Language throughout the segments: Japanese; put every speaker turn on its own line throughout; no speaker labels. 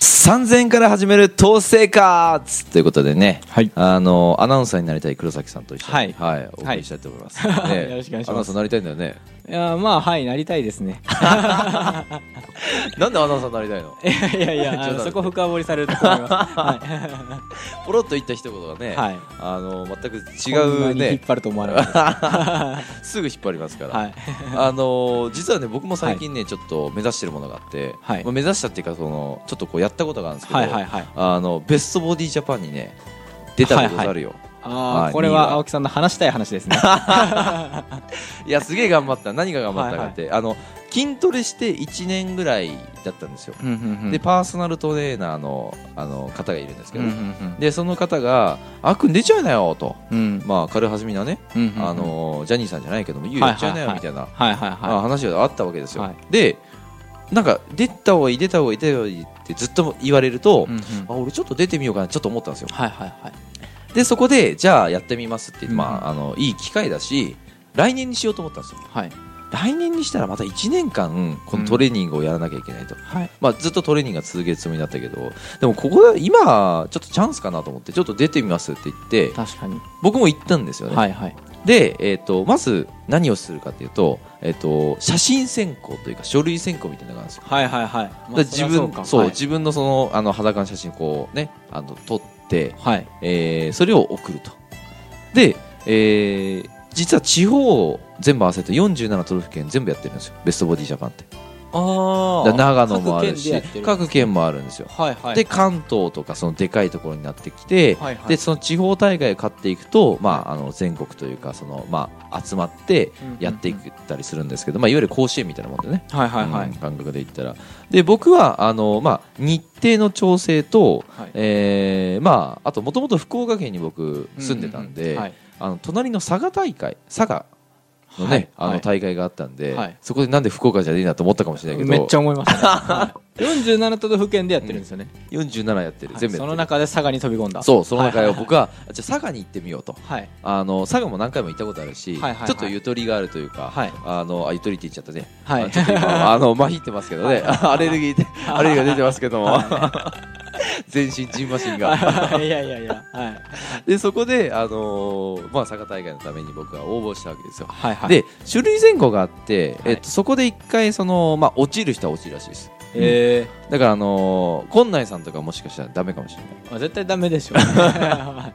3000円から始める統制活ということでね、
はい
あのアナウンサーになりたい黒崎さんと一緒に、
はい
お送りしたいと思います、
はい
ね
よろしくお願いします
アナウンサーになりたいんだよね
いやまあはいなりたいで すね
なんでアナウンサーになりたいの
いやいやいやあの
冗談で
そこ深掘りされると思います、は
ポロッと言った一言がね、
いはい、
あの全く違
こんな
う
に引っ
ね
張ると思わなかった
すぐ引っ張りますから、
はい
あの実はね僕も最近ね、ちょっと目指してるものがあって、
はい
まあ目指したっていうかそのちょっとこうやったことがあるんですけど、
はいはいはい
あのベストボディジャパンにね出たことがあるよ、
あ
は
あ
い
これ
二位は
は青木さんの話したい話ですね
いやすげえ頑張った何が頑張ったかって、あの筋トレして1年ぐらいだったんですよ、
うんうんうん
でパーソナルトレーナーのあの方がいるんですけ
うん
ど、
うんうん
でその方が「あっくん出ちゃいなよ」と、
うん
まあ、軽はずみなね、
うんうんうん
あのジャニーさんじゃないけども「ゆう
はい
やっちゃいなよ」みたいな、
はいはい
あ
は
話があったわけですよ、
はい
でなんか出た方がいい出た方がいい出た方がいいってずっと言われると、
いうんうん
あ俺ちょっと出てみようかなちょっと思ったんですよ
はいはいはい
でそこでじゃあやってみますって言って、
うんうん
まあ、あのいい機会だし来年にしようと思ったんですよ
はい
来年にしたらまた1年間このトレーニングをやらなきゃいけないと、
はい
まあ、ずっとトレーニングが続けるつもりだったけどでもここは今ちょっとチャンスかなと思ってちょっと出てみますって言って
確かに
僕も行ったんですよね、
はいはい
で、えー、とまず何をするかというと,、えー、と写真選考というか書類選考みたいなのがあるんですよ、
はいはいはいまあ
だから自分
そ
そう
りゃ
う自分のそのあの裸の写真をこう、ね、あの撮って、
はいはい
えーそれを送るとで、えー実は地方を全部合わせて47都道府県全部やってるんですよベストボディジャパンって
あ
だ
あ
長野もあるし
各県でや
各
って
県
る
もあるんですよ、
はいはい
で関東とかそのでかいところになってきて、
はいはい
でその地方大会を勝っていくと、まあ、あの全国というかその、まあ、集まってやっていったりするんですけど、まあ、いわゆる甲子園みたいなもんでね、
はいはいは
う
い
ん感覚で言ったらで僕はあの、まあ、日程の調整と、
はい
えーまあ、あともともと福岡県に僕住んでたんで、
ううはい
あの隣の佐賀大会佐賀のね、
はい
あ
は
の
い
大会があったんで、
はい
そこでなんで福岡じゃねえなと思ったかもしれないけど
めっちゃ思い ましたねはい47都道府県でやってるんですよね
47やってる、全部や
はい
ってる
その中で佐賀に飛び込んだ
そうその中を
はい
僕はじゃあ佐賀に行ってみようと
はい
あの佐賀も何回も行ったことあるし、
はいはいはい
ちょっとゆとりがあるというか、
はい
あのあゆとりって言っちゃったね、
はい
あちょっと今あ のまひってますけどね、 アレルギーでアレルギーが出てますけども、 全身ジンマシンが。
いやいやいやはい
でそこで、あのーまあ、佐賀大会のために僕は応募したわけですよ。
はいはい
で種類選考があって、
はい
えっと、そこで一回その、まあ、落ちる人は落ちるらしいです
え
だから、あのー、こんないさんとかもしかしたらダメかもしれない
ーまあ絶対ダメでし ょうは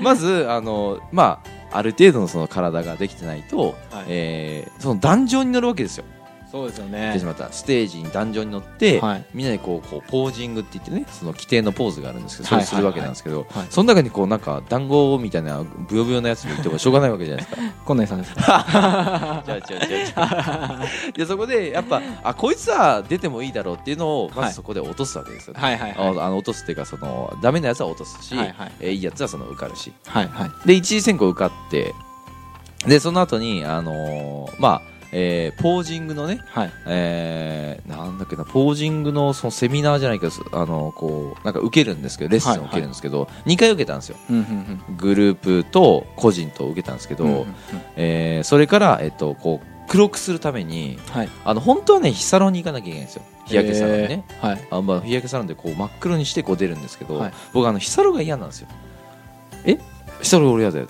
まず、あのまあ、ある程度のその体ができてないと、
はい
えーその壇上に乗るわけですよ、
いそうですよ
言
ね
ってしまったステージに壇上に乗って、
はい
みんなでこうこうポージングって言ってねその規定のポーズがあるんですけどそれをするわけなんですけど、
いはいはい
その中にこうなんか団子みたいなブヨブヨなやつもいてもしょうがないわけじゃないです か。
こんなんさんですか
じゃあじゃあじゃあじゃあでそこでやっぱあこいつは出てもいいだろうっていうのをま
はい
ずそこで落とすわけですよね。
はいはいはい
あのあの落とすっていうかそのダメなやつは落とすし、
はいはい
えーいいやつはその受かるし
はいはい
で一次選考受かってでその後にあのーまあえーポージングのね、
はい
えーなんだっけなポージングのそのセミナーじゃないけどすあのこうなんか受けるんですけどレッスンを受けるんですけど、2回受けたんですよ
うんうんうん
グループと個人と受けたんですけど、
うんうんうん
えーそれから、えっと、こう黒くするために
はい
あの本当はね日サロンに行かなきゃいけないんですよ日焼けサロンにね、
えーはい
あまあ、日焼けサロンでこう真っ黒にしてこう出るんですけど、
はい
僕あの日サロンが嫌なんですよえ日サロン俺嫌だよ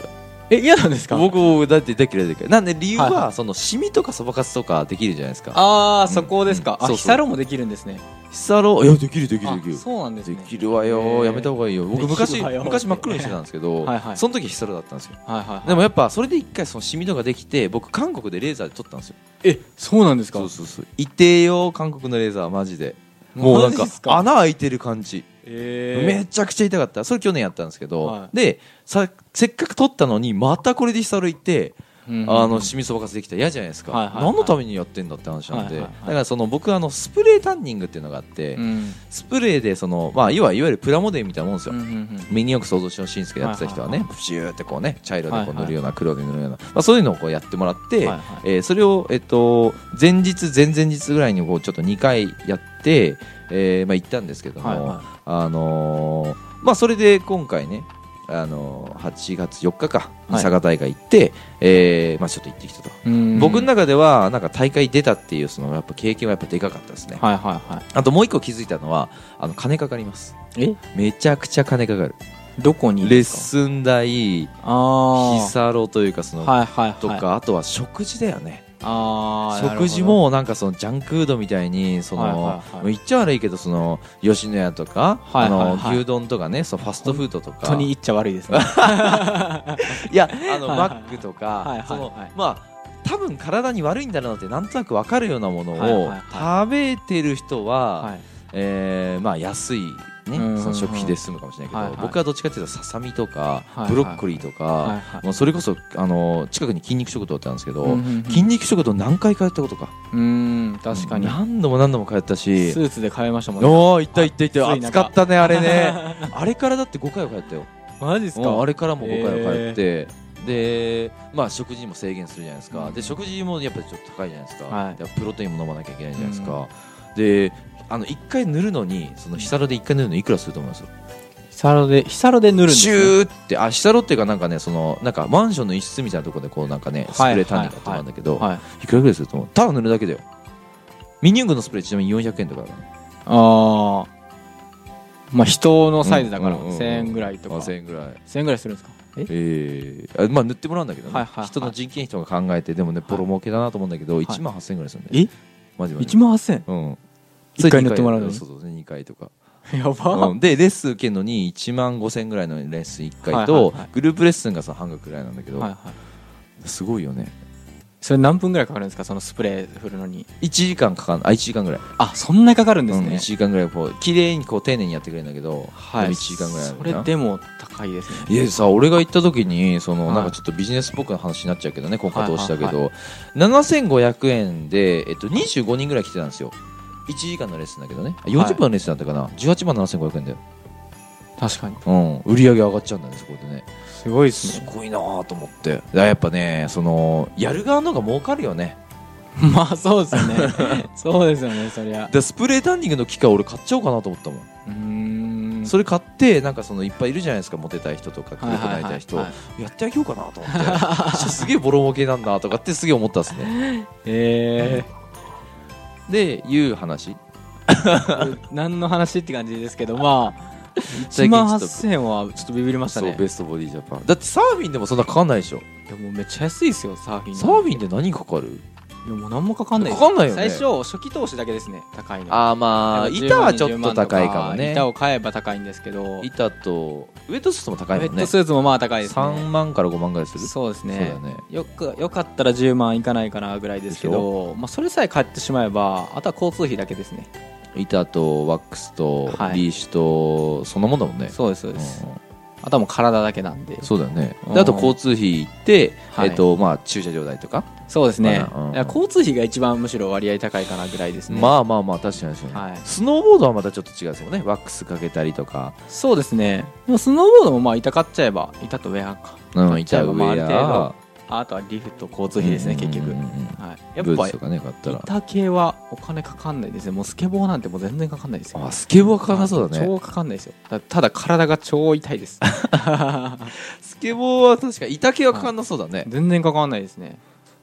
え嫌なんですか
僕だって大嫌いだけどなんで理由
はい
はそのシミとかそばかすとかできるじゃないですか
ああそこですか
うん
あ
そうそう
ヒサロもできるんですね
日サロンいやできるできる
あ
できる
そうなんです
で
ね
きるわ
へ
よ
ー
やめた方がいいよ僕
でき
昔
るわよ
昔真っ黒にしてたんですけど
はいはい
その時日サロンだったんですよ
はいはいはい
でもやっぱそれで一回そのシミとかできて僕韓国でレーザーで撮ったんですよ
えそうなんですか
そうそうそういてよ韓国のレーザーマジでもうなん
マジ
か
っすか
穴開いてる感じ
えー
めちゃくちゃ痛かったそれ去年やったんですけど
はい
でさせっかく撮ったのにまたこれで日サロン行って
うんうんうん
あのシミそばかすできたら嫌じゃないですか、
はいはいはい
何のためにやってんだって話なんで、
はいはいは
だ
い
からその僕あのスプレータンニングっていうのがあって、
うん
スプレーでその、まあ、要はいわゆるプラモデルみたいなもんですよ、
うんうんうん
身によく想像してほしいんですけどやってた人はね、
はい
プシューってこうね茶色でこう
はいは
塗
い
るような黒で塗るような、まあ、そういうのをこうやってもらって、
はいはい
えーそれを、えっと、前日前々日ぐらいにこうちょっと2回やって、えーまあ、行ったんですけども、
はいはい
あのーまあ、それで今回ねあの8月4日か
はい
佐賀大会行って、えーまあ、ちょっと行ってきたと、
うん
僕の中ではなんか大会出たっていうそのやっぱ経験はやっぱでかかったですね、
はいはいは
あともう一個気づいたのはあの金かかります
いえ
めちゃくちゃ金かかる
どこに
レッ
ですか
スン代
あ
日
あ
サロというかその、
はいはいはい
とか、あとは食事だよね
あー
食事もなんかそのジャンクフードみたいにその、
はいはいはい
もう言っちゃ悪いけどその吉野家とか、
はいはいはい
あの牛丼とかねそのファストフードと
なるほど本当
か
に
い
言っちゃ悪いですね
や あのマ
はいはいはい
ックと
はいはい
か
はい
そのまあ多分体に悪いんだろうなってなんとなく分かるようなもの
はいはい
を
は
食べてる人は、
はい
えーまあ、安い、ね
うんうんうん
その食費で済むかもしれないけど、
はいはい
僕はどっちかっていうとささみとか、
はいはい
ブロッコリーとか、
はいはい
もうそれこそあの近くに筋肉食堂ってあるんですけど、
うんうんうん
筋肉食堂何回通ったことか
うん確かに
何度も何度も通った
ス
し
ーツで買えましたもんね
おお行った行った行った
暑い中
暑かったねあれ ねあれからだって5回は通ったよ
マジです
うん
か
あれからも5回は通って、でまあ食事も制限するじゃないですか、で食事もやっぱりちょっと高いじゃないですか、
はい
でプロテインも飲まなきゃいけないじゃないですか、であの1回塗るのにその日サロで1回塗るのいくらすると思います
ヒサロでヒサロで塗るんです
シ
ね
ューってあ日サロっていうかなんかねそのなんかマンションの一室みたいなところでこうなんかねスプレー単位があったんだけど、
はい
いくらぐらいすると思うただ塗るだけだよミニングのスプレーちなみに400円とかだから
ああまあ人のサイズだから
うんうんうんうん
1000円ぐらいとか
あ
1000
1000円ぐらい
円ぐらいするんですかえ
ええあまあ塗ってもらうんだけどね、
はいはいはい
人の人件費とか考えてでもねボロ儲けだなと思うんだけど、
い
1万8000円ぐらいするんだよ
え
マジマジ
1万8000
うん
一回塗ってもらうのに
そうそう2回とか、
円やば
うんでレッスン受けるのに1万5000円ぐらいのレッスン1回と、
はいはいはい
グループレッスンがその半額ぐらいなんだけど、
はいはい
すごいよね
それ何分ぐらいかかるんですかそのスプレー振るのに
1時間かかんあ1時間ぐらい、
あそんなにかかるんで
う
す
ん、1
ね
時間ぐらいこう綺麗にこう丁寧にやってくれるんだけど、
はい
1時間ぐらいある
そ
かな
れでも高いですね
いやさ俺が行った時にその、
はい
なんかちょっとビジネスっぽくの話になっちゃうけどね今回どうしたけど、
はいは
7500円で、えっと、25人ぐらい来てたんですよ1時間のレッスンだけどねあ40分のレッスンだったかな、18万7500円だよ、
確かに
うん、売り上げ上がっちゃうんだねそこでね
すごいです
す
ね
ごいなぁと思ってだからやっぱねそのやる側の方が儲かるよね
まあそうですね そうですよねそりゃ
でスプレータンニングの機械俺買っちゃおうかなと思ったもん、
うーん
それ買ってなんかそのいっぱいいるじゃないですかモテたい人とか
はい
黒く
は
ないり
はい
た
はいい
人、やってあげようかなと思って すげえボロ儲けなんだとかってすげえ思ったんですね
え
でいう話
ー何の話って感じですけどまあ1
最近
万
ちょっと
8000円はちょっとビビりました
そう
ね
ベストボディジャパンだってサーフィンでもそんなかかんないでしょ
いやもうめっちゃ安いですよサーフィン
サーフィン
で
で何かかる
いやもう何もかかんないです
かかんないよね
最初初期投資だけですね高いの
あーまあ
でも
板は
10
ちょっと高いかもね
20万と板を買えば高いんですけどウ
板とウエットスーツも高い
ェ
もん
ッ
ね
トスーツもまあ高いです
3
ね
万から5万ぐらいする
そうで
そ
す
うだ
ね
よね
よくよかったら10万いかないかなぐらいですけど、まあ、それさえ買ってしまえばあとは交通費だけですね
板とワックスと
はい
リーシュとそんなもんだもんね
そうですそうです、
うん
あとはもう体だけなんで
そうだよね
うん
であと交通費行って
はい
えっとまあ駐車場代とか
そうですね
まだうん
いや交通費が一番むしろ割合高いかなぐらいですね、
まあまあまあ確かに確か
は
に
い
スノーボードはまたちょっと違うですもんねワックスかけたりとか
そうですねでもスノーボードもまあ板買っちゃえば板とウェアか
うん板
ま
上
あある程
や
度あとはリフト交通費ですね結局、
うんうんうん
はい、や
ブ
っ
ー
ぱ
ツとかね買ったら
板系はお金かかんないですねもうスケボーなんてもう全然かかんないですよ
あスケボーはかかんなそうだね
超かかんないですよだただ体が超痛いです
スケボーは確か板系はかかんなそうだね
全然かかんないですね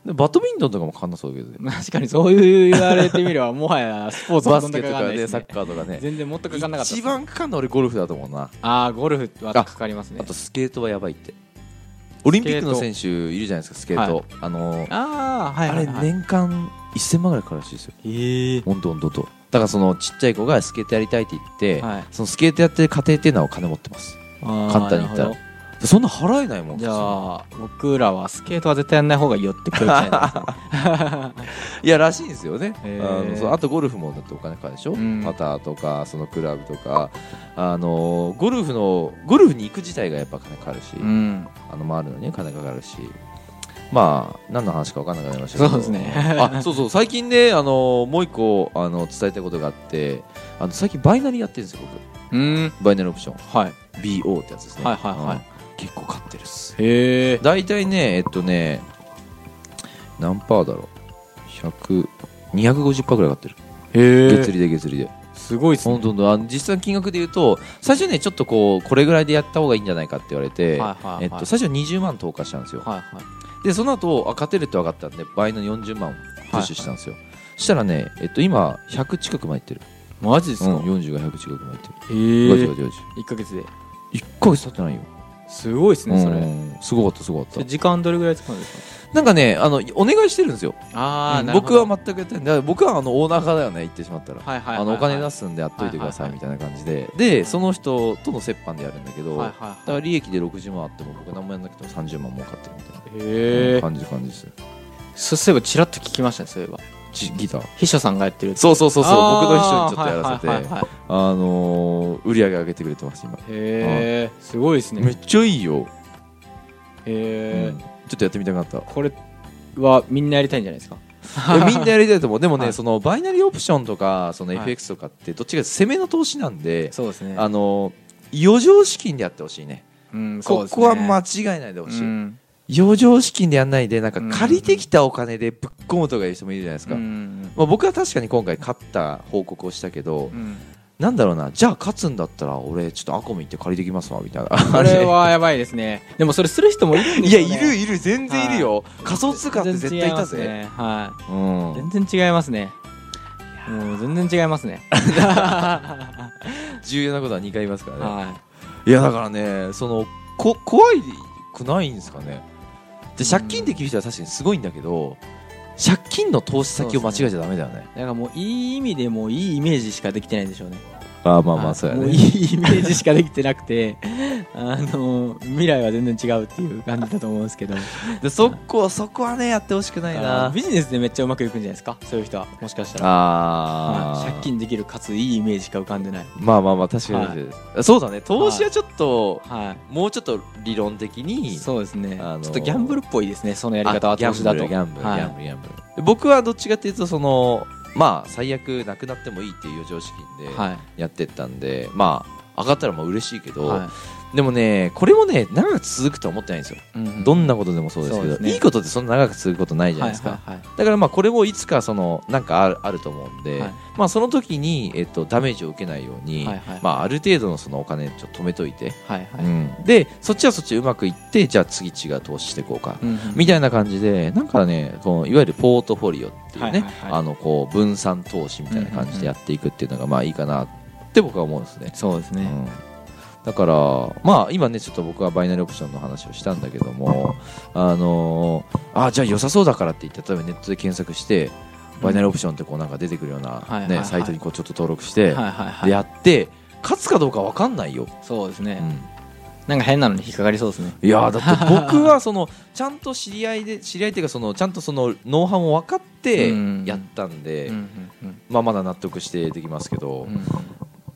でバドミントンとかもかかんなそうだけどね
確かにそういう言われてみればもはやスポーツは
バ
そ
ス
んな
ケ
か
と
か
か
んないで
ね
す
サ
ね
ッカーとかね
全然もっとかかんなかったです
一番かかんの俺ゴルフだと思うな
ああゴルフはかかりますね
あとスケートはやばいってオリンピックの選手いるじゃないですかスケートあの
ああはい
あ
は
れ
い、はい、
年間1000万ぐらいかかるらしいですよ
ええ
ほんとほんとほんとだからそのちっちゃい子がスケートやりたいって言って
はい
そのスケートやってる家庭っていうのはお金持ってます簡単に言ったらそんな払えないもん
じゃあ僕らはスケートは絶対やんない方がいいよって教育されたんですね
いやらしいんですよね、
へ
あ
ー
のそうあとゴルフもだってお金かかるでしょ、
うん
パターとかそのクラブとか、あのーゴルフのゴルフに行く自体がやっぱ金かかるし、
うん
あの回るのに金かかるしまあ何の話か分からなくなりましたけど
そうですね
あそうそう最近ね、あのーもう一個あの伝えたいことがあってあの最近バイナリーやってるんですよ
うん
僕バイナリーオプション
はい
BO ってやつですね
はいはいはい
うん結構買ってるっす
へえ
大体ねえっとね何パーだろう100 250パーぐらい買ってる
へ
月利で月利で、
すごいですね
本当だあの実際の金額で言うと最初ねちょっとこうこれぐらいでやった方がいいんじゃないかって言われて、
はいはいはい
えっと、最初20万投下したんですよ、
はいはい
でその後あ勝てるって分かったんで倍の40万プッシュしたんですよ、そしたらね、えっと、今100近くまでいってる、
マジです
うん、
か、
40が100近くまでいってる、
え
ガチガ
ー、
チガチ
1か月で
1ヶ月経ってないよ、
すごいですねそれ、
うんすごかったすごか
そ
っ
れ
た
時間どれぐらい使うんです
なんかねあのお願いしてるんですよ
かああ、
うん
なるほ
僕
ど
は全くやってないだから僕はあのオーナー派だよね言ってしまったら、
はいはいはいはい
あのお金出すんでやっといてくださいみたいな感じででその人との折半でやるんだけど、
はい
だ
は
から利益で60万あっても僕何もやんなくても30万儲かってるみたい
いへえ
な感じ感じです
そうそういえばちらっと聞きましたねそういえば
ちギター
秘書さんがやってる
そうそうそうそう
あー
僕の秘書にちょっとやらせて、
はいはいはいはい
あのー売り上げ上げてくれてます今
へえすごいです
め
ね
っちゃいいよ、
へ
うん
え
ちょっとやってみたくな った
これはみんなやりたいんじゃないですか
いやみんなやりたいと思うでもね、
はい
そのバイナリーオプションとかその
はい
FX とかってどっちかというと攻めの投資なんで、
そうですね
あのー余剰資金でやってほしいね
うんそう
こ
です
こ
ね
は間違いないでほしい、
うん
余剰資金でやんないでなんか
うん
借りてきたお金でぶっ込むとかいう人もいるじゃないですか、
うん
まあ、僕は確かに今回勝った報告をしたけど、
うん
なんだろうなじゃあ勝つんだったら俺ちょっとアコミ行って借りてきますわみたいな
これはやばいですねでもそれする人もいるんで
い
す
や、
よ、ね、
いるいる、全然いるよ。仮想通貨って絶対いた
全然
ぜ。
違いますねは
う
い
ん。
全然違いますねもう全然違いま すねは
重要なことは2回言いますからね。
い
いや、だからね、その、こ、怖いくないんですかね。で、借金できる人は確かにすごいんだけど、借金の投資先を間違えちゃダメだよね。
だからもういい意味でもういいイメージしかできてないんでしょうね
ああ、ま
はいもうい。いイメージしかできてなくて あの未来は全然違うっていう感じだと思うんですけど
で、そこ、そこはね、やってほしくない
あ
な
ー。ビジネスでめっちゃうまくいくんじゃないですかそういう人はもしかしたら
ああ。
はい借。金できるかついいイメージしか浮かんでない
まあまあまあ、確かに確かに。そうだね、投資はちょっと、
は
もうちょっと理論的
い
に、
そうですねち
あ
ょ
のー
っとギャンブルっぽいですねそのやり方は投資だと
ギャンブルギ
はい
ャンブルギャンブルギャンブル僕はどっちかっていうとそのまあ最悪なくなってもいいっていう余剰資金で
はい
やってったんで、まあ上がったらもう嬉しいけど、
は
でもねこれもね長く続くとは思ってないんですよ、
いうん
どんなことでもそうですけ
そう
ど
ですね
いいことってそんな長く続くことないじゃないですか、
はいはいはい
だからまあこれもいつかそのなんかあるあると思うんで、
はい
まあその時にえっとダメージを受けないように、
はいはい
まあある程度のそのお金ちょっと止めといて、
はいはい
うんでそっちはそっちでうまくいってじゃあ次違う投資していこうか
うんうん
みたいな感じで、なんかね、このいわゆるポートフォリオっていう
はい
ね
はい、はい
あのこう分散投資みたいな感じでやっていくっていうのがまあいいかなって僕は思うんですね。
そうです
う
ね
んだから、まあ今ね、ちょっと僕はバイナリーオプションの話をしたんだけども、あのーあ、じゃあ良さそうだからって言って、例えばネットで検索して、バイナリーオプションってこうなんか出てくるよう
はい
な
はいは
ね、
い
サイトにこうちょっと登録して、
はいはいはい
でやって、勝つかどうか分かんないよ。
そうです
う
ね
ん
なんか変なのに引っかかりそうですね
いやーだって僕はその ちゃんと知り合いで知り合いっていうかそのちゃんとそのノウハウも分かって
うん
やったんで、
うんうん
まあ、まだ納得してできますけど、
うんうん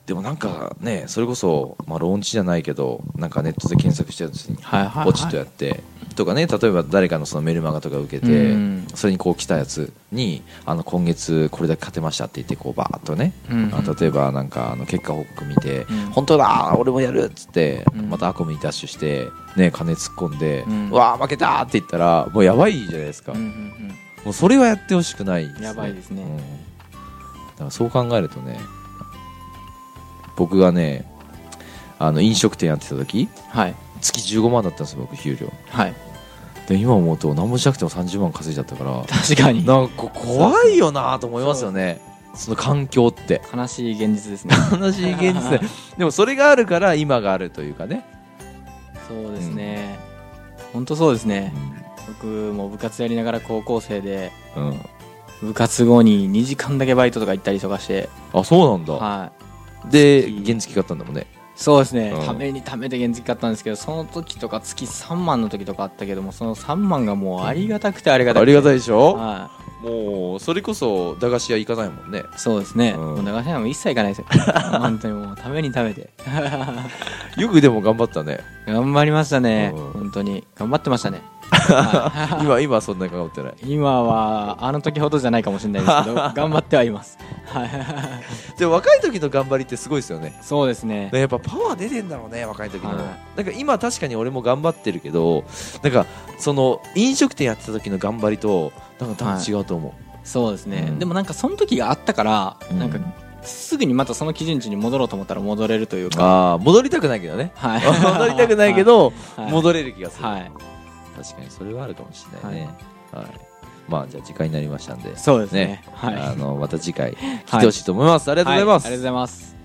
でもなんかねそれこそ、まあ、ローンチじゃないけどなんかネットで検索してるんです
はいはいはい
ポチッとやってとかね例えば誰かのそのメルマガとか受けて、
うん
それにこう来たやつにあの今月これだけ勝てましたって言ってこうバーッとね、
うんうん
あ例えばなんかあの結果報告見て、
うん
本当だ俺もやるっつって、
うん
またアコムにダッシュして、ね、金突っ込んで、
うん
うわあ負けたーって言ったらもうやばいじゃないですか、
うんう
も
ん
うそれはやってほしくないです、ね、
やばいですね
うんだからそう考えるとね僕がねあの飲食店やってた時
うんはい
月15万だったんですよ僕給料
はい
で今思うと何もしなくても30万稼いじゃったから
確かに
なんかこう怖いよなと思いますよねその環境って
悲しい現実ですね
悲しい現実で でもそれがあるから今があるというかね、
そうですね本当そうですね
う
僕も部活やりながら高校生で
ん
部活後に2時間だけバイトとか行ったりとかして
あそうなんだ、
はい
で
月
原付買ったんだもんね
そうですね
うん
ためにためて原付買ったんですけどその時とか月3万の時とかあったけどもその3万がもうありがたくてありがた
あ
く
り
て
がたいでしょ
は
もうそれこそ駄菓子屋行かないもんね
いそうですね
うん
もう流し屋も一切行かないですよ本当にもうためにためて
よくでも頑張った ね
頑張りましたね
うん
本当に頑張ってました ねはい
今今はそんなに頑張ってない
今はあの時ほどじゃないかもしれない ですけど頑張ってはいますはい
でも若い時の頑張りってすごいですよね
そうですね
ね やっぱパワー出てんだろうね若い時の、
はい
なんか今確かに俺も頑張ってるけどなんかその飲食店やってた時の頑張りとなんか多分違うと思う、
そうですね、
うん
でもなんかその時があったから、
うん
なんかすぐにまたその基準値に戻ろうと思ったら戻れるというか、
ああ戻りたくないけどね
はい、
戻りたくないけ、ど
はい、
戻れる気がする、
はい、
確かにそれはあるかもしれないね、はいまあじゃあ時間になりましたんで、
そうですね
ね
はい、
あのまた次回来てほしいと思います、ありがとうございます、
はありがとうございます